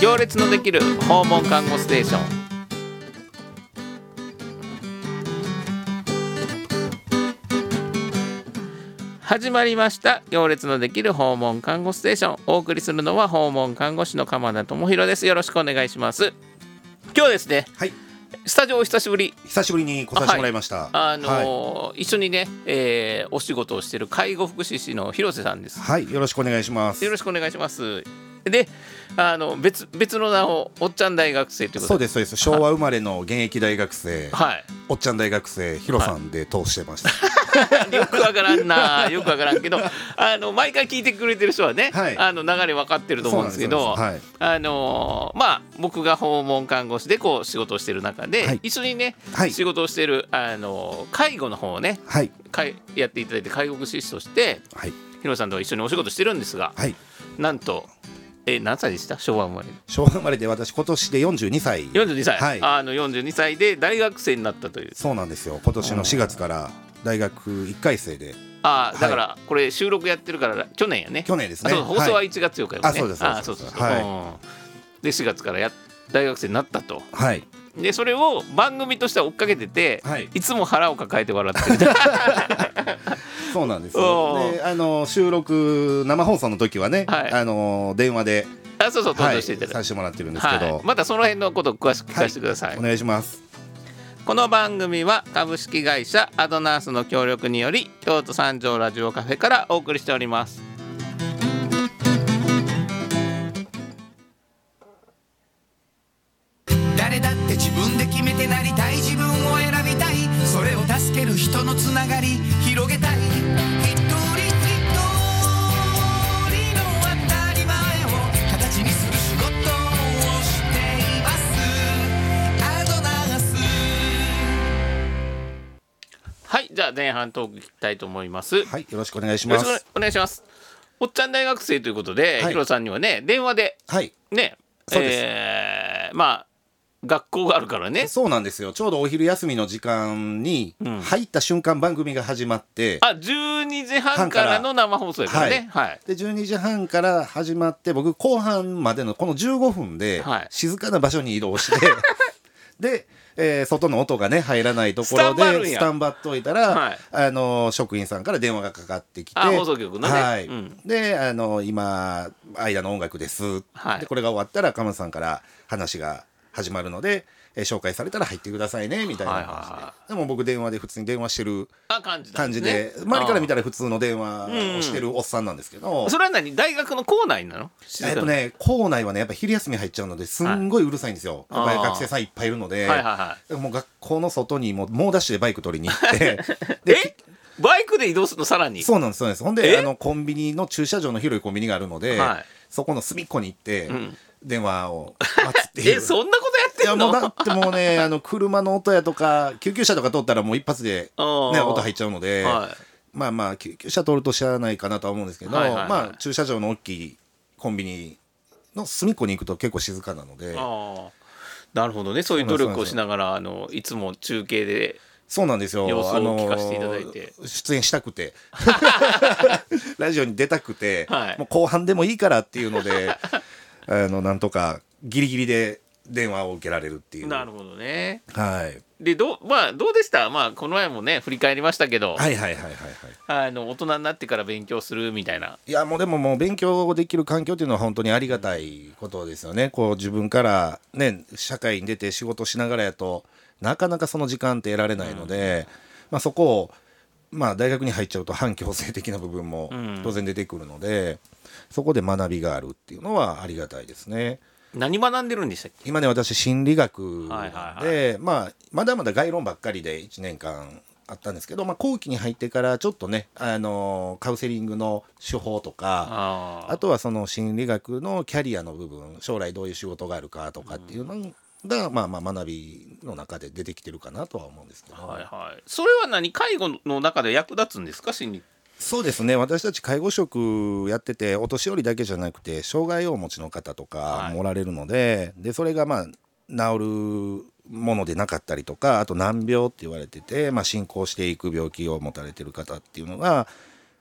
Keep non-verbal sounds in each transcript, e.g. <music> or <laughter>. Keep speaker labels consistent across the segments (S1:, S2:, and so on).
S1: 行列のできる訪問看護ステーション始まりました行列のできる訪問看護ステーションお送りするのは訪問看護師の鎌田智博ですよろしくお願いします今日ですね
S2: はい、
S1: スタジオお久しぶり
S2: 久しぶりに来させてもらいました。
S1: あのー一緒にね、えーお仕事をしている介護福祉士の広瀬さんです
S2: はい、はい、よろしくお願いします。
S1: よろしくお願いします。で、あの別別の名をおっちゃん大学生というこ
S2: そ
S1: と
S2: う
S1: で。
S2: ですそうです。昭和生まれの現役大学生、
S1: はい。
S2: おっちゃん大学生ヒロさんで通してました。
S1: よくわからんな、よくわからんけど、あの毎回聞いてくれてる人はね、
S2: はい
S1: あの流れ分かってると思うんですけど、
S2: そうなんです
S1: あのーまあ僕が訪問看護師でこう仕事をしてる中で、
S2: はい
S1: 一緒にね、
S2: はい
S1: 仕事をしてるあのー介護の方をね、
S2: はい
S1: かいやっていただいて介護福祉士として、
S2: はい
S1: ヒロさんと一緒にお仕事してるんですが、
S2: はい。
S1: なんと、え何歳でした？昭和生まれの。
S2: 昭和生まれで私今年で42歳。
S1: 42歳、
S2: はい
S1: あの42歳で大学生になったという
S2: そうなんですよ。今年の4月から大学1回生で
S1: あ
S2: は
S1: あ
S2: い
S1: だからこれ収録やってるから去年やね
S2: 去年ですね
S1: あそう放送は
S2: はい
S1: 1月8日よね、
S2: あそうです
S1: あそ
S2: そう
S1: そう
S2: うです
S1: そう、
S2: はい
S1: うんで4月からや大学生になったと
S2: はい
S1: でそれを番組としては追っかけてて、
S2: はい
S1: いつも腹を抱えて笑ってる
S2: <laughs> そうなんです
S1: お
S2: よ
S1: ー
S2: であの収録生放送の時はね、
S1: はい
S2: あの電話で、
S1: あそうそう登
S2: は
S1: 場
S2: い、
S1: していただ
S2: さ
S1: いて
S2: せてもらってるんです
S1: は
S2: け
S1: い
S2: ど、
S1: またその辺のことを詳しく聞かせてください、
S2: お願いします
S1: この番組は株式会社アドナースの協力により京都三条ラジオカフェからお送りしております
S3: 誰だって自分で決めてなりたい自分を選びたいそれを助ける人のつながり広げたい一人一人の当たり前を形にする仕事をしていますアドナース
S1: はい、じゃあ前半トークいきたいと思います。よ
S2: はいよろしくお願いし
S1: ろし
S2: ま
S1: く
S2: す
S1: お願いします。おっちゃん大学生ということで、
S2: はい
S1: ヒロさんにはね、電話で
S2: はい
S1: ね、
S2: そうです
S1: えーまあ学校があるからね。
S2: そうなんですよちょうどお昼休みの時間に
S1: ん
S2: 入った瞬間番組が始まって、
S1: あ、12時半からの生放送やからね。はい。
S2: で12時半から始まって僕後半までのこの15分で
S1: はい
S2: 静かな場所に移動して
S1: <laughs>
S2: で、えー外の音がね入らないところ
S1: スタンバるん
S2: で
S1: や
S2: スタンバっといたら、
S1: はい
S2: あの職員さんから電話がかかってきて
S1: あ放送局のね
S2: はい
S1: うん
S2: であの今間の音楽です、
S1: はい
S2: でこれが終わったら鎌田さんから話が始まるので、えー紹介されたら入ってくださいねみたいな
S1: は
S2: 感じで、
S1: いはいは
S2: でも僕電話で普通に電話してる
S1: あ、感じだ、
S2: 感じで、周りから見
S1: た
S2: たら普通の電話をしてるおっさんなんですけど、
S1: それは何大学の校内なの？
S2: えっとね、校内はね、やっぱ昼休み入っちゃうので、すんごいうるさいんですよ。
S1: はい
S2: やっぱり
S1: あー
S2: 学生さんいっぱいいるの
S1: 静
S2: で、
S1: かに。はいはいはい。
S2: もう学校の外にもう猛ダッシュでバイク取りに行って、
S1: え、バイクで移動するのさらに？
S2: そうなんです、そうなんです。ほん
S1: え
S2: で、あの、コンビニの駐車場の広いコンビニがあるので、
S1: はい
S2: そこの隅っこに行って、
S1: ん
S2: 電話を待つっていう。
S1: <laughs> え、そんなこと
S2: い
S1: や
S2: や
S1: ってん
S2: もうだ
S1: の？
S2: ってもうね、あの、車の音やとか、救急車とか通ったらもう一発で、ね、
S1: あー
S2: 音入っちゃうので、
S1: は
S2: まあまあ救急車通ると知らないかなとは思うんですけど、
S1: はいはいはい
S2: まあ駐車場の大きいコンビニの隅っこに行くと結構静かなので
S1: ああ。なるほどねそういう努力をしながらあのいつも中継で
S2: そうなんですよ
S1: 様子を
S2: あの
S1: 聞かせていただいて
S2: 出演したく
S1: <laughs>
S2: てラジオに出たくて、
S1: はい
S2: もう後半でもいいからっていうので <laughs> あのなんとかギリギリで電話を受けられるっていう
S1: なるほどね。
S2: はい、
S1: でどうまあどうでしたまあこの前もね振り返りましたけど、
S2: はいはいはいはいはい
S1: あの大人になってから勉強するみたいない
S2: やもうでももう勉強できる環境っていうのは本当にありがたいことですよね。こう自分からね社会に出て仕事しながらやとなかなかその時間って得られないので、まあそこをまあ大学に入っちゃうと反強制的な部分も
S1: ん
S2: 当然出てくるので、そこで学びがあるっていうのはありがたいですね。
S1: 何学んでるんでしたっけ
S2: 今ね私心理学で、
S1: はいはいは
S2: まあ、まだまだ概論ばっかりで1年間あったんですけど、まあ、後期に入ってからちょっとね、あのーカウンセリングの手法とか
S1: あ
S2: あとはその心理学のキャリアの部分将来どういう仕事があるかとかっていうのが、まあ、まあ学びの中で出てきてるかなとは思うんですけど、
S1: あはいはいそれは何介護の中で役立つんですか心理
S2: そうですね私たち介護職やっててお年寄りだけじゃなくて障害をお持ちの方とか
S1: はい
S2: もおられるので,、でそれがまあ治るものでなかったりとかあと難病って言われてて、まあ、進行していく病気を持たれてる方っていうのが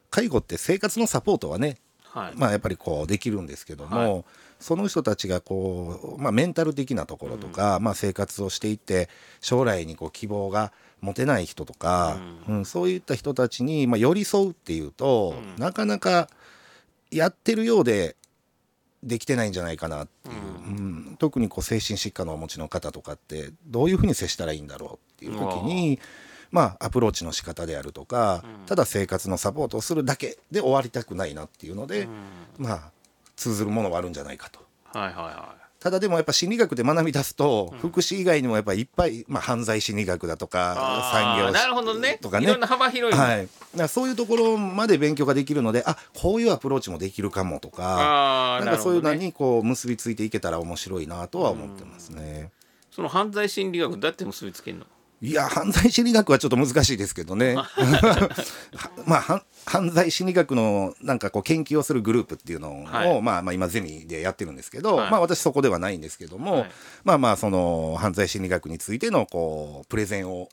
S2: 介護って生活のサポートはね
S1: はい
S2: まあ、やっぱりこうできるんですけども、その人たちがこう、まあ、メンタル的なところとか、まあ、生活をしていって将来にこう希望が持てない人とか、うんそういった人たちに、まあ、寄り添うっていうと、なかなかやってるようでできてないんじゃないかなっていう、うん特にこう精神疾患のお持ちの方とかってどういうふうに接したらいいんだろうっていう時に。まあ、アプローチの仕方であるとか、ただ生活のサポートをするだけで終わりたくないなっていうので、まあ通ずるものはあるんじゃないかと。
S1: はいはいは
S2: ただでもやっぱ心理学で学び出すと、福祉以外にもやっぱりいっぱい、まあ、犯罪心理学だとか
S1: あー
S2: 産業
S1: なるほどね
S2: とか
S1: い
S2: ね
S1: ろんな幅広い
S2: はい、だからそういうところまで勉強ができるのであこういうアプローチもできるかもと
S1: あ
S2: か
S1: ー
S2: なんかそういう
S1: な
S2: の
S1: るほどね
S2: にこう結びついていけたら面白いなとは思ってますね。
S1: いその犯罪心理学だって結びつけるの
S2: いや犯罪心理学はちょっと難しいですけどね。は <laughs> まあはん犯罪心理学のなんかこう研究をするグループっていうのを、
S1: はい
S2: まあ、まあ今ゼミでやってるんですけど、
S1: はい
S2: まあ私そこではないんですけども、
S1: はい
S2: まあまあその犯罪心理学についてのこうプレゼンを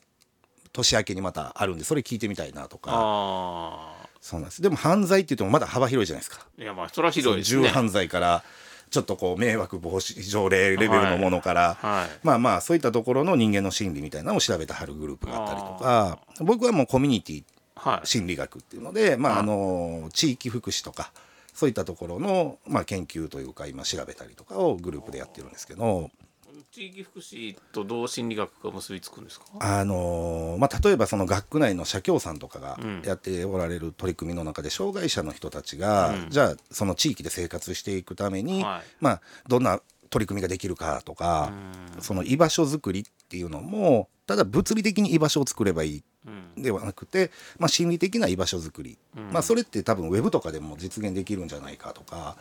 S2: 年明けにまたあるんでそれ聞いてみたいなとか
S1: あ
S2: そうなんですでも犯罪って言ってもまだ幅広いじゃないですか。
S1: あいやまあそれは広いです
S2: 重
S1: ね
S2: 犯罪からちょっとこう迷惑防止条例レベルのものから、
S1: はいはい
S2: まあまあそういったところの人間の心理みたいなのを調べてはるグループがあったりとか僕はもうコミュニティ
S1: はい
S2: 心理学っていうので、まあ、あの地域福祉とかそういったところの、まあ、研究というか今調べたりとかをグループでやってるんですけど。
S1: 地域福祉とどう心理学が結びつくんですか
S2: あのーまあ、例えばその学区内の社協さんとかがやっておられる取り組みの中で障害者の人たちが、じゃあその地域で生活していくために、
S1: はい
S2: まあ、どんな取り組みができるかとか、その居場所づくりっていうのもただ物理的に居場所を作ればいい
S1: うん
S2: ではなくて、まあ、心理的な居場所づくり、まあ、それって多分ウェブとかでも実現できるんじゃないかとか、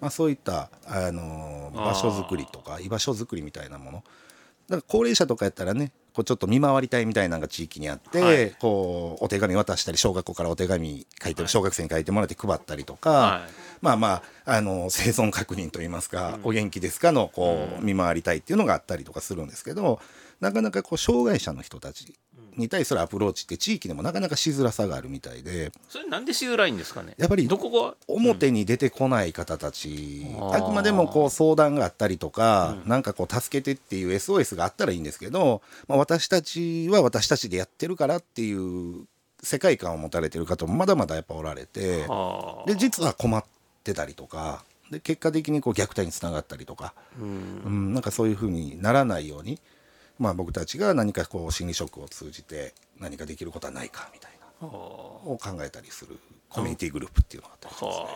S2: まあ、そういった、あのー
S1: あー
S2: 場所づくりとか居場所づくりみたいなものだから高齢者とかやったらねこうちょっと見回りたいみたいなのが地域にあって、
S1: はい
S2: こうお手紙渡したり小学校からお手紙書いて、小学生に書いてもらって配ったりとか、
S1: はい
S2: まあまあ、あの生存確認といいますか、お元気ですかのこう見回りたいっていうのがあったりとかするんですけどなかなかこう障害者の人たちに対するアプローチって地域でもなかなかしづらさがあるみたいで
S1: それなんでしづらいんですかね
S2: やっぱり
S1: どこが
S2: 表に出てこない方たち、
S1: うん
S2: あくまでもこう相談があったりとか、なんかこう助けてっていう SOS があったらいいんですけど、まあ、私たちは私たちでやってるからっていう世界観を持たれてる方もまだまだやっぱおられて。
S1: ああ
S2: で実は困ってたりとかで結果的にこう虐待につながったりとか、
S1: うん
S2: うん、なんかそういうふうにならないように、まあ、僕たちが何かこう心理ショックを通じて何かできることはないかみたい
S1: ああ
S2: なを考えたりするコミュニティグループっていうのがあったりしますね
S1: は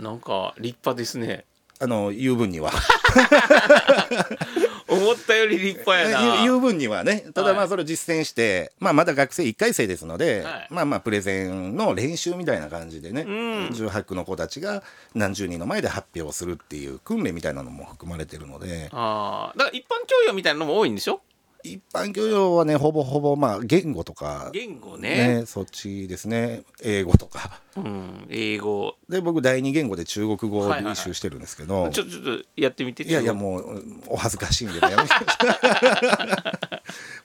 S1: あなんか立派ですね
S2: あの言う
S1: <laughs>
S2: 分には
S1: 思ったより立派やな
S2: 言う言う分にはねただま
S1: は
S2: あ
S1: い
S2: それを実践して、まあ、まだ学生1回生ですので、
S1: はい
S2: まあまあプレゼンの練習みたいな感じでね、
S1: ん
S2: 18区の子たちが何十人の前で発表をするっていう訓練みたいなのも含まれてるので。
S1: ああだから一般教養みたいなのも多いんでしょ
S2: 一般教養はねほぼほぼまあ言語とか
S1: 言語ね
S2: そっちですね英語とか
S1: うん英語
S2: で僕第二言語で中国語を
S1: はいはいはい
S2: 練習してるんですけど、い
S1: ちょちょっとやってみて
S2: やいやもうお恥ずかしい
S1: <laughs>
S2: んでねやめて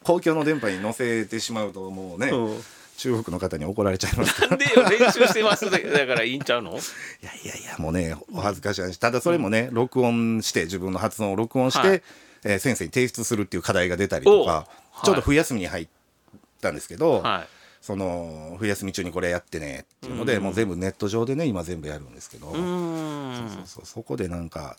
S2: 公共の電波に乗せてしまうともうね、
S1: うん
S2: 中国の方に怒られちゃい
S1: <laughs>
S2: ます
S1: なんでよ練習してますだからいいんちゃう
S2: <laughs>
S1: の
S2: いやいやいやもうねお恥ずかしい話ただそれもね、録音して自分の発音を録音して、
S1: はい
S2: えー先生に提出するっていう課題が出たりとか、
S1: おう
S2: ちょっと冬休みに入ったんですけど、
S1: はい
S2: その冬休み中にこれやってねっていうので、もう全部ネット上でね今全部やるんですけど、
S1: うーん
S2: そうそうそこでなんか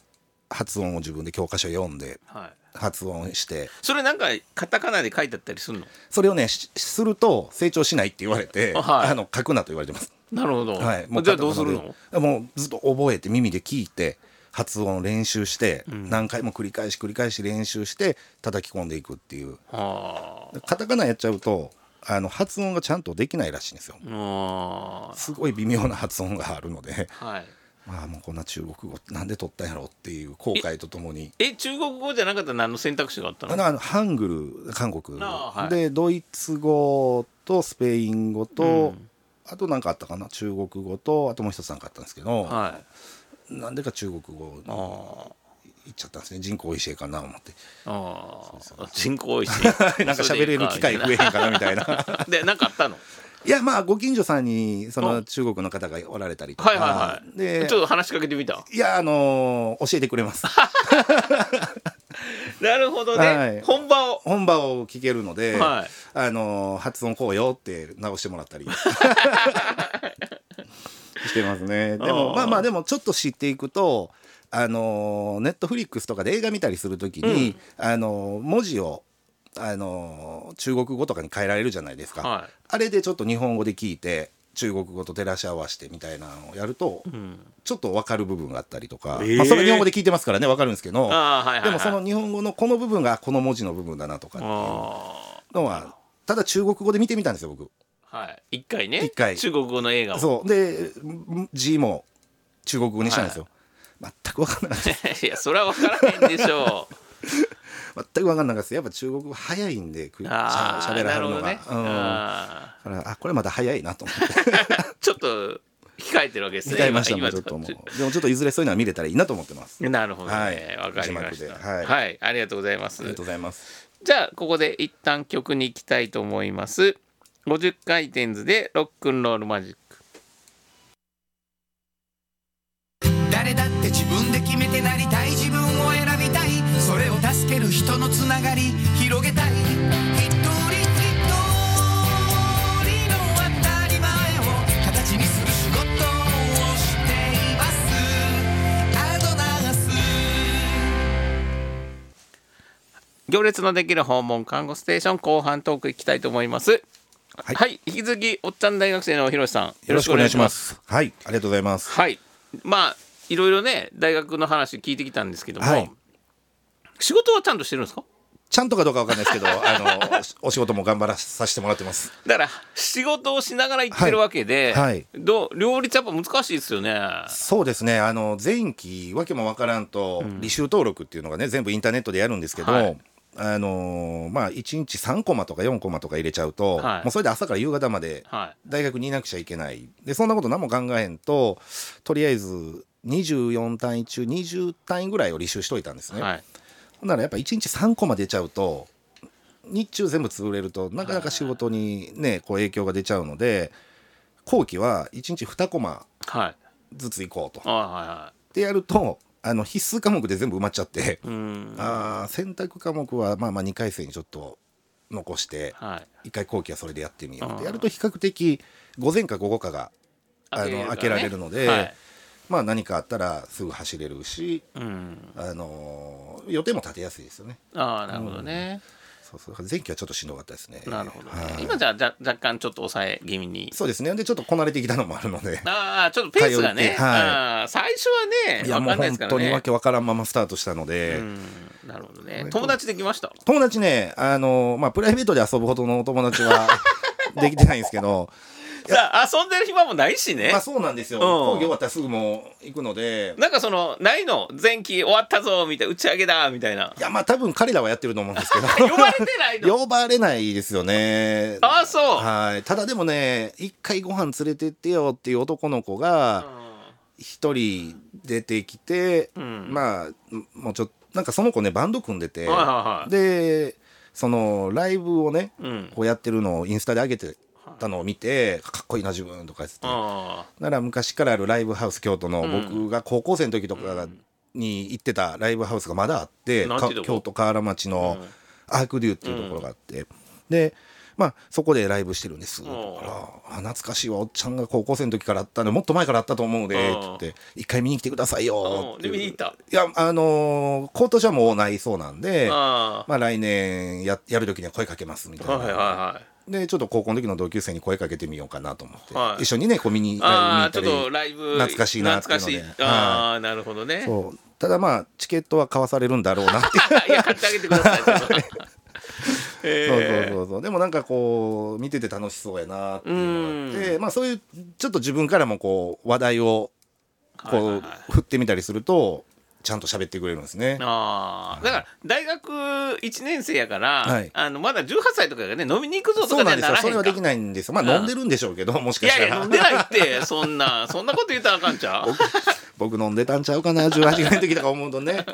S2: 発音を自分で教科書読んで
S1: はい
S2: 発音して
S1: それなんかカタカナで書いてあったりするの
S2: それをねしすると成長しないって言われて、
S1: <laughs> はい
S2: あの書くなと言われてます。
S1: なるほど、
S2: はい、
S1: じゃあどうするの
S2: 片仮名でもうずっと覚えて耳で聞いて発音を練習して、何回も繰り返し繰り返し練習して叩き込んでいくっていう
S1: あ
S2: カタカナやっちゃうとあの発音がちゃんとできないらしいんですよ
S1: ーあ
S2: すごい微妙な発音があるので
S1: ーはい
S2: まあもうこんな中国語なんで取ったんやろうっていう後悔とともに
S1: え中国語じゃなかったら何の選択肢があった
S2: あ
S1: の
S2: のあのハングル韓国
S1: ああはい
S2: でドイツ語とスペイン語と、あと何かあったかな中国語とあともう一つ何かあったんですけど、
S1: はい
S2: なんでか中国語に
S1: あー
S2: 行っちゃったんですね人口おいしいかな
S1: <laughs>
S2: 思って
S1: ああ人口多いし <laughs>
S2: なんか喋れる機会増えへんかなみたいな
S1: で何かあったの
S2: <laughs> いやまあご近所さんにそ
S1: あ
S2: の中国の方がおられたりとか、
S1: はいはいはい
S2: で
S1: ちょっと話しかけてみた
S2: いやあのー教えてくれます
S1: なるほどね、
S2: はい
S1: 本場を
S2: 本場を聞けるので、
S1: はい
S2: あのー発音こうよって直してもらっ
S1: <laughs>
S2: たりしてますねで
S1: あ
S2: も
S1: ー
S2: まあまあでもちょっと知っていくとあのネットフリックスとかで映画見たりするときに、あのー文字をあのー中国語とかに変えられるじゃないですか、
S1: はい
S2: あれでちょっと日本語で聞いて中国語と照らし合わせてみたいなのをやると、ちょっと分かる部分があったりとか、
S1: えー
S2: まあ、それは日本語で聞いてますからね分かるんですけど、
S1: あーはいはいはい
S2: でもその日本語のこの部分がこの文字の部分だなとかっていう
S1: あ
S2: のはただ中国語で見てみたんですよ僕。
S1: ーはい一回ね
S2: 一回
S1: 中国語の映画を
S2: そうでん字も中国語にしたんですよ。全く分かんなかった
S1: <laughs> いやそれは分からへんでしょ
S2: <laughs>
S1: う
S2: 全く分かんなかったですやっぱ中国語早いんでくしゃ
S1: あ
S2: し
S1: あ
S2: ゃべら
S1: な
S2: は
S1: るほ
S2: るの
S1: ど
S2: が。
S1: ね、
S2: うん
S1: あ
S2: だからあこれまだ早いなと思 <laughs> って
S1: ーちょっと控えてるわけですね
S2: 控えましたも
S1: 今
S2: んちょっともうでもちょっといずれそういうのは見れたらいいなと思ってますあ
S1: なるほどね、
S2: はい
S1: わかりまし
S2: 字
S1: た
S2: 幕ではい
S1: はい、ありがとうございます
S2: りがとうございます
S1: じゃあここで一旦曲に行きたいと思います50回転図でロックンロールマジック
S3: 誰だって自分で決めてなりたい自分を選びたいそれを助ける人のつながり広げたい一人一人の当たり前を形にする仕事をしていますアドナース
S1: 行列のできる訪問看護ステーション後半トーク行きたいと思いますは、
S2: はいい
S1: 引き続きおっちゃん大学生のひろしさんよ
S2: よろしくお願いしますはいありがとうございます
S1: はいまあいろいろね大学の話聞いてきたんですけども、
S2: はい
S1: 仕事はちゃんとしてるんですか
S2: ちゃんとかどうかわかんないですけどあのおお仕事も頑張らさせてもらってます
S1: だから仕事をしながら行ってるわけで、
S2: はいはい
S1: どう両立やっぱ難しいですよね
S2: そうですねあの前期わけもわからんと、履修登録っていうのがね全部インターネットでやるんですけど、
S1: はい
S2: あのーまあ1日3コマとか4コマとか入れちゃうと、
S1: はい
S2: もうそれで朝から夕方まで
S1: は
S2: 大学にいなくちゃいけないでそんなこと何も考えへんととりあえず24単位中20単位ぐらいを履修しといたんです
S1: い、
S2: ね、
S1: はい、
S2: ほんならやっぱ1日3コマ出ちゃうと日中全部潰れるとなかなか仕事にねこう影響が出ちゃうので後期は1日2コマ
S1: はい
S2: ずつ行こうと。
S1: あはいは
S2: ってやるとあの必須科目で全部埋まっちゃって
S1: いうん
S2: あー選択科目はまあまあ2回生にちょっと残して
S1: はい
S2: 1回後期はそれでやってみようっ
S1: あー
S2: てやると比較的午前か午後かがあの開けられるので、
S1: はい
S2: まあ何かあったらすぐ走れるし、
S1: うん、
S2: あのー予定も立てやすいですよね。
S1: ああなるほどね、
S2: そうそう前期はちょっとしんどかったですね。
S1: なるほど、ね
S2: はい
S1: 今じゃあじゃ若干ちょっと抑え気味に
S2: そうですね。でちょっとこなれてきたのもある
S1: <laughs>
S2: ので。
S1: ああちょっとペースが
S2: 通
S1: ね
S2: っ、てはい
S1: ああ最初はね
S2: いや
S1: 分
S2: もう
S1: かんないで
S2: 本
S1: すから
S2: 当に
S1: ね
S2: わけわからんままスタートしたので、
S1: うんなるほどね友達できました
S2: 友達ね、あのーまあプライベートで遊ぶほどのお友達
S1: <laughs>
S2: はできてないんですけど、
S1: さあ遊んでる暇もないしね、
S2: まあそうなんですよ。
S1: うん
S2: 講義終わったらすぐもう行くので、
S1: なんかそのないの前期終わったぞみたいな打ち上げだみたい
S2: <laughs>
S1: ない
S2: やまあ多分彼らはやってると思うんで
S1: <laughs>
S2: すけど、
S1: 呼ばれてないの
S2: 呼ばれないですよね。
S1: ああそう、
S2: はい。ただでもね、一回ご飯連れてってよっていう男の子が一人出てきて、
S1: ん
S2: まあもうちょっとなんかその子ねバンド組んでて、
S1: はいはいはい
S2: でそのライブをね、
S1: うん
S2: こうやってるのをインスタで上げてたのを見て、かっこいいな自分とか言ってて、
S1: あ
S2: なら昔からあるライブハウス京都の
S1: ん
S2: 僕が高校生の時とかに行ってたライブハウスがまだあって、
S1: なんて
S2: か
S1: いうとこ
S2: 京都河原町の
S1: うん
S2: アークデューっていうところがあって、でまあそこでライブしてるんですだからあ懐かしいわおっちゃんが高校生の時からあったのもっと前からあったと思うので
S1: うん
S2: って言って一回見に来てくださいよ
S1: あ
S2: っ
S1: で
S2: て
S1: 見に行った
S2: いやあのー、今年はもうないそうなんで
S1: あ
S2: まあ来年ややる時には声かけますみたい
S1: あ
S2: な、
S1: はいはいはい
S2: でちょっと高校の時の同級生に声かけてみようかなと思って、
S1: はい
S2: 一緒にねこう見に
S1: ああち
S2: ラ
S1: ょ
S2: イ
S1: っ
S2: ブ見に行ったり
S1: とライブ
S2: 懐かしいなっていうので
S1: 懐かしいああなるほどね
S2: そうただまあチケットは買わされるんだろうなっていう
S1: <laughs> いや買ってあげてください <laughs>
S2: <laughs>
S1: え
S2: そう
S1: ー
S2: そうそうそうでもなんかこう見てて楽しそうやなっていうのがあってまあそういうちょっと自分からもこう話題を
S1: はいは
S2: こ
S1: いはいう
S2: 振ってみたりするとちゃんと喋ってくれるんですね。
S1: ああだから大学1年生やから、
S2: はい
S1: あのまだ18歳とかがね飲みに行くぞと
S2: そう
S1: かにはな
S2: なんですよ
S1: ら
S2: そ
S1: へ
S2: れ
S1: ん
S2: は
S1: か
S2: できないんですよまあ
S1: うん
S2: 飲んでるんでしょうけどもし
S1: い
S2: かし
S1: や
S2: た
S1: いや
S2: ら
S1: 飲んでないってそんなそんなこと言ったらあかんち
S2: <laughs>
S1: ゃう
S2: 僕飲んでたんちゃうかな18ぐらいの時とか思うとね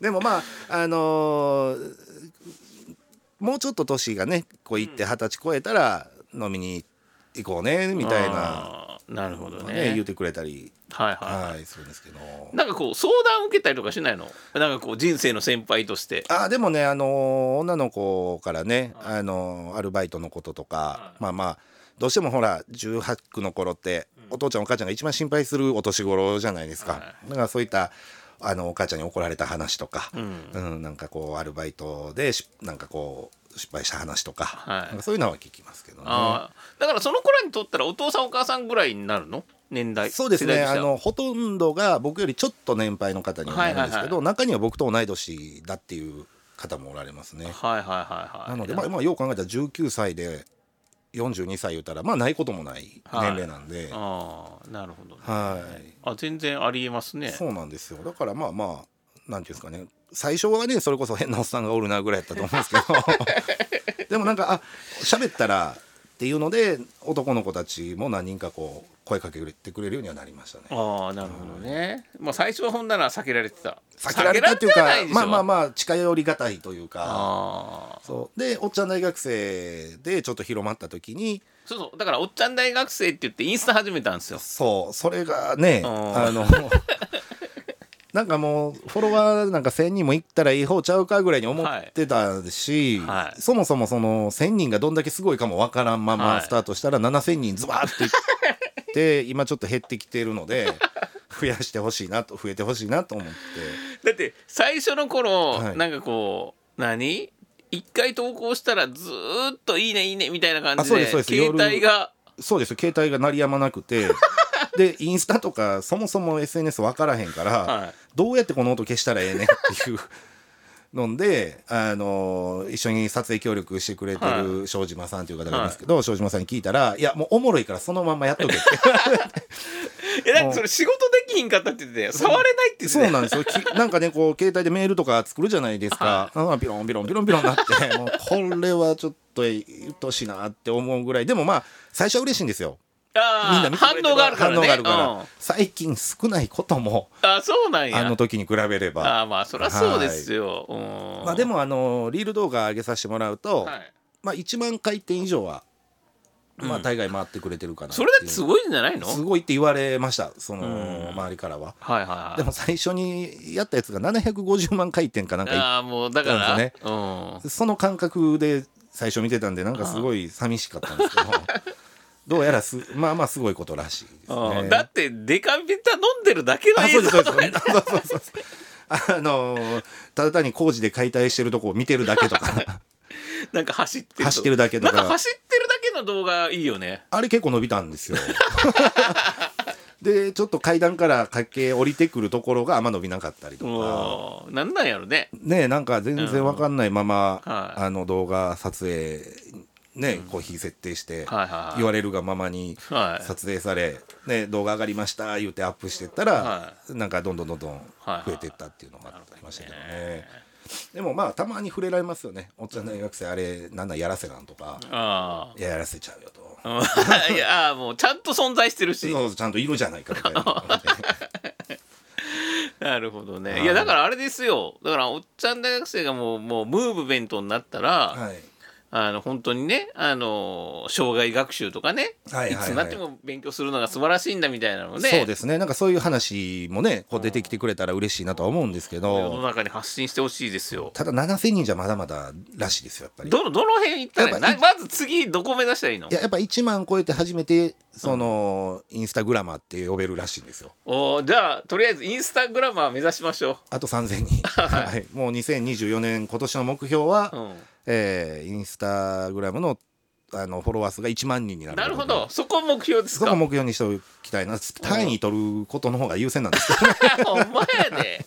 S2: でもまああのーもうちょっと年がねこう行って二十歳超えたら飲みに行こうねみたいな、
S1: あーなるほど
S2: ね
S1: ね
S2: 言ってくれたり、
S1: はいはい、
S2: はいするんですけど
S1: なんかこう相談受けたりとかしないのなんかこう人生の先輩として
S2: あーでもねあのー女の子からね、あのーアルバイトのこととか、まあまあどうしてもほら18区の頃って、お父ちゃんお母ちゃんが一番心配するお年頃じゃないですか、
S1: は
S2: だからそういったあのお母ちゃんに怒られた話とか、うんなんかこうアルバイトでしなんかこう失敗した話とか,、
S1: はい
S2: なんかそういうのは聞きますけどね。
S1: あーだからその頃にとったらお父さんお母さんぐらいになるの年代
S2: そうです
S1: 世
S2: ね
S1: 代とし
S2: あ
S1: ては
S2: のほとんどが僕よりちょっと年配の方にはなるんですけど、
S1: はいはいは
S2: 中には僕と同い年だっていう方もおられますね。
S1: はいはいはいはい
S2: なので、まあ、まあよう考えたら19歳で42歳言うたらまあないこともない
S1: はい
S2: 年齢なんで、は
S1: ああなるほど、ね
S2: い
S1: あ全然ありえますね
S2: そうなんですよだからまあまあなんていうんですかね最初はねそれこそ変なおっさんがおるなぐらいやったと思うんです
S1: <laughs>
S2: けどでもなんかあ喋ったらっていうので男の子たちも何人かこう声かけてくれるようにはなりましたね。
S1: ああなるほどね、まあ最初はほんなら避けられてた
S2: 避けられたっていう
S1: 避け
S2: から
S1: れてないでしょ
S2: まあまあまあ近寄りがたいというか
S1: ああ
S2: そうでおっちゃん大学生でちょっと広まった時に
S1: そうそうだからおっちゃん大学生って言ってインスタ始めたんですよ
S2: そうそれがね
S1: うん
S2: あの <laughs> なんかもうフォロワーなんか1,000人もいったらいい方ちゃうかぐらいに思ってたし、
S1: はいはい
S2: そもそもその1,000人がどんだけすごいかもわからん
S1: は
S2: まま
S1: い
S2: スタートしたら7,000人ズバーっていって今ちょっと減ってきてるので増やしてほしいなと増えてほしいなと思って。
S1: だって最初の頃、
S2: はい
S1: なんかこう何一回投稿したらずーっといいねいいねみたいな感
S2: あ
S1: じ
S2: そう
S1: で
S2: ですそうです
S1: 携帯が
S2: そうですよ携帯が鳴りやまなくてでインスタとかそもそも SNS 分からへんから、
S1: はい
S2: どうやってこの音消したらええねんっていう <laughs> ので、あの一緒に撮影協力してくれて
S1: は
S2: る庄島さんという方がいますけど、庄島さんに聞いたら「いやもうおもろいからそのまんまやっとけ」って
S1: えなんかそれ仕事できひんかったって言ってたよ触れないって <laughs> 言ってた
S2: そう
S1: よ
S2: なんですよきなんかねこう携帯でメールとか作るじゃないですか、うんピロンピロンピロンピロンなってもうこれはちょっとうっとうしいなって思うぐらいでもまあ最初は嬉しいんですよ
S1: あー
S2: みんな見てく
S1: 反
S2: れて
S1: 応があるからね
S2: 反応があるから
S1: うん
S2: 最近少ないことも
S1: あそうなんや
S2: あの時に比べれば
S1: あーまあそりゃそうですよ、うん
S2: まあでもあのリール動画上げさせてもらうと、
S1: はい
S2: まあ1万回転以上はまあ大概回ってくれてるかなって
S1: そ
S2: いう
S1: れだってすごいんじゃないの
S2: すごいって言われましたそ
S1: うん
S2: の周りからは
S1: はいはいはい
S2: でも最初にやったやつが750万回転かなんか
S1: ああもうだから、
S2: なんです
S1: うん
S2: その感覚で最初見てたんでなんかすごい寂しかったんですけ <laughs> どどうやらすまあまあすごいことらしいです
S1: う
S2: ね
S1: んだってデカビタ飲んでるだけの
S2: あ、
S1: 映
S2: そうです、
S1: 像
S2: そう
S1: と
S2: です。
S1: か
S2: そうですそうです。あのーただ単に工事で解体してるとこを見てるだけとか
S1: なんか走ってると
S2: 走ってるだけとか
S1: なんか走ってるだけの動画いいよね
S2: あれ結構伸びたんですよでちょっと階段から駆け降りてくるところがあんま伸びなかったりとか
S1: うんなんなんやろね
S2: ねえなんか全然わかんないまま、
S1: うんはい
S2: あの動画撮影ね、こう非設定して、
S1: はいはいはい
S2: 言われるがままに
S1: はい
S2: 撮影され、ね、動画上がりました言うてアップしてったら、
S1: は
S2: なんかどんどんどんどん
S1: はい
S2: 増えてったっていうのがありましたけどね,、でもまあたまに触れられますよねおっちゃん大学生あれなんなんやらせなんとか、
S1: あ
S2: いややらせちゃうよと、
S1: あ <laughs> いやあーもうちゃんと存在してるし
S2: そうちゃんといるじゃないかみたいな
S1: <laughs> なるほどね、、
S2: はいい
S1: やだからあれですよだからおっちゃん大学生がもうもうムーブメントになったら、
S2: はい
S1: あの本当にねあの障害学習とかね、
S2: はいはいはい
S1: つになっても勉強するのが素晴らしいんだみたいなので
S2: そうですねなんかそういう話もねこう出てきてくれたら嬉しいなとは思うんですけ
S1: 世の
S2: ど
S1: 中に発信してほしいですよ。
S2: ただ7000人じゃまだまだらしいですよやっぱり。
S1: どのどの辺行ったらいい
S2: やっぱ
S1: なまず次どこ目指したらいいの
S2: いややっぱ1万超えて初めてその、インスタグラマーって呼べるらしいんですよ。
S1: おーじゃあとりあえずインスタグラマー目指しましょ
S2: あと3000人、
S1: <laughs>
S2: はい、もう2024年今年の目標は、
S1: う。うん
S2: えーインスタグラムのあのフォロワー数が1万人になる
S1: なるほどそこ目標です
S2: そ
S1: か。
S2: こ
S1: ほ
S2: を
S1: んま
S2: 目標にしておきたいな単位取ることの方が優先な
S1: <laughs>
S2: んですけど
S1: やで。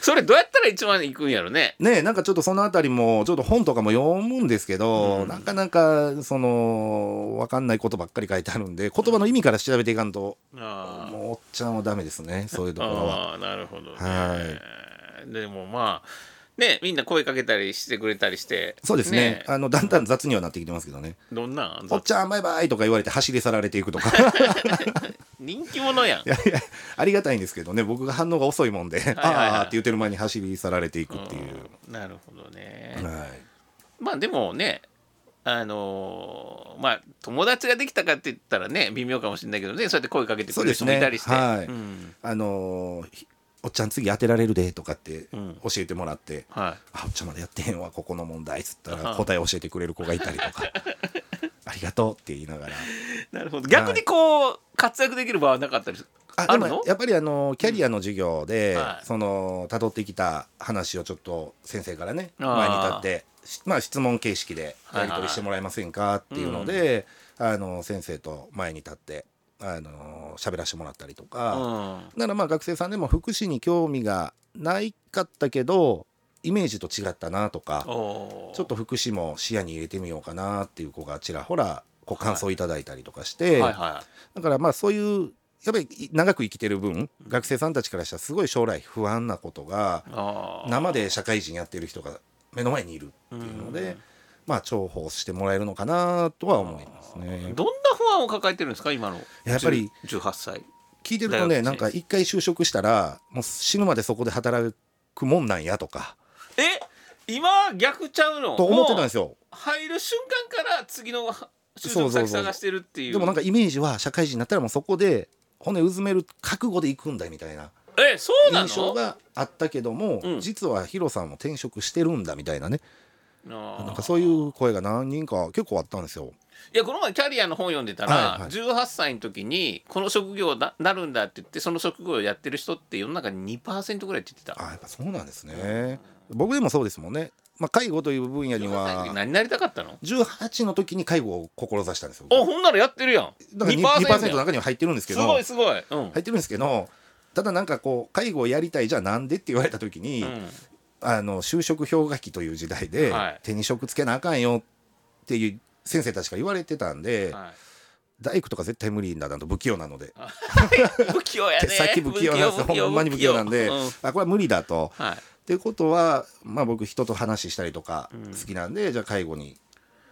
S1: それどうやったら一番いくんやろね。
S2: ねえなんかちょっとそのあたりもちょっと本とかも読むんですけど、
S1: うん
S2: なかなかその分かんないことばっかり書いてあるんで言葉の意味から調べていかんと、
S1: あ
S2: もうおっちゃんはダメですねそういう
S1: ー
S2: ところは。
S1: あーなるほど、ね。
S2: は
S1: でもまあねみんな声かけたりしてくれたりして
S2: そうですねあのだんだん雑にはなってきてますけどね
S1: どんなん
S2: 「おっちゃんバイバイ」とか言われて走り去られていくと
S1: <laughs>
S2: か
S1: 人気者やん
S2: い。やいやありがたいんですけどね僕が反応が遅いもんで「
S1: はいはい
S2: ああ」って言ってる前に走り去られていくっていう。
S1: うんなるほどね。
S2: はい
S1: まあでもねあのーまあ友達ができたかって言ったらね微妙かもしれないけどねそうやって声かけてくれる人もいたりして
S2: そうですねはい
S1: うん
S2: あのーひおっちゃん次当てられるでとかって
S1: うん
S2: 教えてもらって、
S1: はい
S2: あおっちゃんまだやってへんわここの問題っつった
S1: あ
S2: ら答え教えてくれる子がいたりと
S1: <laughs>
S2: かありがとうって言いながら
S1: なるほど逆にこう、活躍できる場はなかったりすあ
S2: あで
S1: るの
S2: もやっぱりあのキャリアの授業で、
S1: うんはい
S2: その辿ってきた話をちょっと先生からね
S1: あ
S2: 前
S1: ー
S2: に立ってしまあ質問形式でやり取りしてもらえませんかっていうので、あの先生と前に立ってあの喋らせてもらったりとか。
S1: うん
S2: ならまあ学生さんでも福祉に興味がないかったけどイメージと違ったなとか
S1: おー
S2: ちょっと福祉も視野に入れてみようかなっていう子がちらほらこう感想いただいたりとかして、
S1: はいは
S2: だからまあそういうやっぱり長く生きてる分学生さんたちからしたらすごい将来不安なことが
S1: いあー
S2: 生で社会人やってる人が目の前にいるっていうので、
S1: うん
S2: まあ重宝してもらえるのかなとは思いますね。
S1: どんな不安を抱えてるんですか今の
S2: やっぱり
S1: 10 18歳
S2: 聞いてるとね
S1: 大学生
S2: なんか一回就職したらもう死ぬまでそこで働くもんなんやとか
S1: え今逆ちゃうの
S2: と思ってたんですすよ
S1: 入る瞬間から次のは就
S2: そ
S1: 職
S2: うそうそう
S1: 先探してるっていう
S2: でもなんかイメージは社会人になったらもうそこで骨うずめる覚悟で行くんだみたいな
S1: えそうなの
S2: 印象があったけども、
S1: うん
S2: 実はヒロさんも転職してるんだみたいなね
S1: あー
S2: なんかそういう声が何人か結構あったんですよ。
S1: いやこの前キャリアの本読んでた
S2: はい
S1: ら、
S2: はい
S1: 18歳の時にこの職業ななるんだって言ってその職業をやってる人って世の中に2%ぐらいって言ってた
S2: あやっぱそうなんですね。僕でもそうですもんね。まあ、介護という分野に
S1: 18歳の時
S2: は
S1: 何になりたかったの
S2: 18の時に介護を志したんですよ。
S1: あほんならやってるやん
S2: だから 2%,
S1: 2%,
S2: の中には入ってるんですけ
S1: す
S2: ど
S1: ごいすごい、うん
S2: 入ってるんですけどただなんかこう介護をやりたいじゃあなんでって言われた時に、
S1: うん
S2: あの就職氷河期という時代で、
S1: はい
S2: 手に職つけなあかんよっていう先生たちが言われてたんで、
S1: はい
S2: 大工とか絶対無理だなと不器用なので、
S1: 不器用やね
S2: 手先不器用なんですよ
S1: 不器用
S2: ほんまに不器用なんで、
S1: 不器用うん
S2: あこれは無理だと。
S1: はい
S2: っていうことは、まあ、僕人と話したりとか
S1: うん
S2: 好きなんで、じゃあ介護に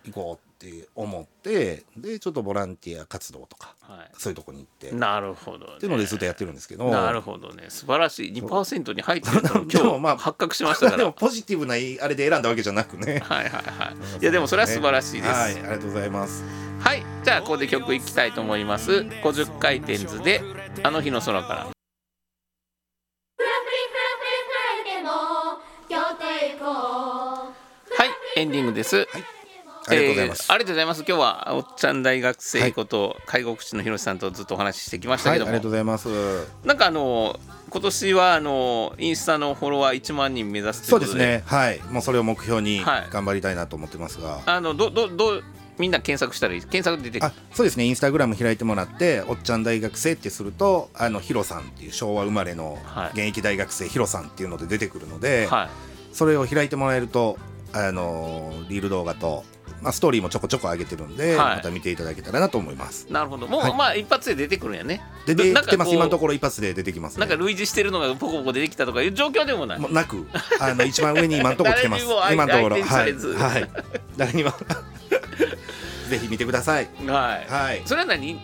S2: 行こうって思ってでちょっとボランティア活動とか
S1: は
S2: そういうとこに行って、
S1: い
S2: っ
S1: なるほど、ね、
S2: ていうのでずっとやってるんですけど。
S1: なるほどね素晴らしい2%に入ってるのを
S2: でも
S1: 今
S2: まあ
S1: 日発覚しましたか
S2: で
S1: ら
S2: もポジティブないあれで選んだわけじゃなくね。
S1: はいはいはいいやでもそれは素晴らしいです
S2: はい、ありがとうございます。
S1: はい、じゃあここで曲いきたいと思います50回転図で「あの日の空から
S4: フラフリフラフリフライでも京都行こう」
S1: はいエンディングです、
S2: ありがとうございます。
S1: えーありがとうございます今日はおっちゃん大学生こと、介護福祉の広瀬さんとずっとお話ししてきました
S2: は
S1: け
S2: い、あ
S1: ど
S2: りが
S1: も、
S2: とうございます。
S1: なんかあの今年はあのインスタのフォロワー1万人目指すと
S2: そ
S1: いうこ
S2: うで
S1: とです
S2: ね。はい、もうそれを目標に
S1: はい
S2: 頑張りたいなと思ってますが。
S1: あのどどどみんな検索したらいい検索出てくる
S2: あ、そうですね。インスタグラム開いてもらって、おっちゃん大学生ってすると、あのヒロさんっていう昭和生まれの
S1: はい
S2: 現役大学生ヒロさんっていうので出てくるので、
S1: はい
S2: それを開いてもらえると、あのーリール動画と。まあ、ストーリーもちょこちょこ上げてるんで、
S1: はい
S2: また見ていただけたらなと思います。
S1: なるほどもう、
S2: はい
S1: まあ一発で出てくるんやね
S2: で、
S1: な
S2: で、
S1: なん
S2: 来
S1: か
S2: てます。
S1: こう
S2: 今のところ一発で出てきます、ね。
S1: なんか類似してるのがポコポコ出てきたとかいう状況でもない
S2: もうなく、あの一番上に今のところ来てます。
S1: <laughs> 誰にも相
S2: 今のところ、
S1: 相手にさ
S2: はい、
S1: れず
S2: はい、誰にも。 <laughs> ぜひ見てください。
S1: はい、
S2: はい、
S1: それは何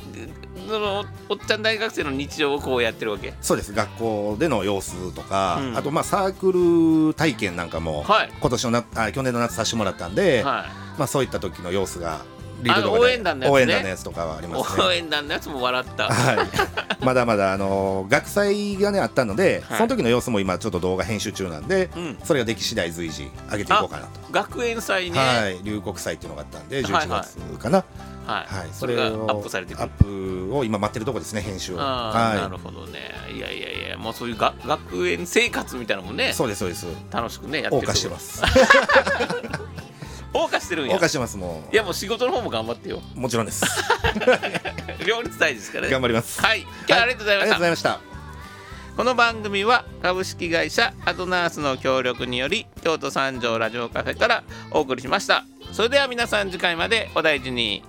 S1: そのおっちゃん大学生の日常をこうやってるわけ
S2: そうです。学校での様子とか、
S1: うん
S2: あとまあサークル体験なんかも、
S1: はい
S2: 今年のなあ去年の夏させてもらったんで、
S1: は
S2: まあそういった時の様子がリ
S1: あの
S2: ール動画で
S1: 応援団のやつね
S2: 応援団のやつとかはあり
S1: い
S2: ます
S1: 応
S2: ね。
S1: 援団のやつも笑った
S2: はい、 <laughs> まだまだあの学祭がねあったので、
S1: はい
S2: その時の様子も今ちょっと動画編集中なんで、
S1: うん
S2: それができ次第随時上げていこうかなと。
S1: 学園祭ねは、
S2: はいい、龍谷祭っていうのがあったんで
S1: はい
S2: 11
S1: はい
S2: 月かな、はい
S1: それがア
S2: を
S1: ップされてく
S2: ア
S1: る
S2: ップを今待ってるとこですね編集を
S1: ああ、な
S2: は
S1: るほどねいやいやいやもうそういうが学園生活みたいなのも
S2: い
S1: ね
S2: そうですそうです
S1: 楽しくねやって
S2: 謳
S1: る
S2: 歌してますす
S1: 謳歌してるん
S2: 謳
S1: や
S2: 歌してますも
S1: いやもう仕事の方も頑張って
S2: <laughs>
S1: よ
S2: うもちろんです
S1: 両立大事ですからね
S2: 頑張ります
S1: はい今日はありがとうござい
S2: あ
S1: ま
S2: り
S1: した
S2: がとうご、ざいました
S1: この番組は株式会社アドナースの協力により京都三条ラジオカフェからお送りしましたそれでは皆さん次回までお大事に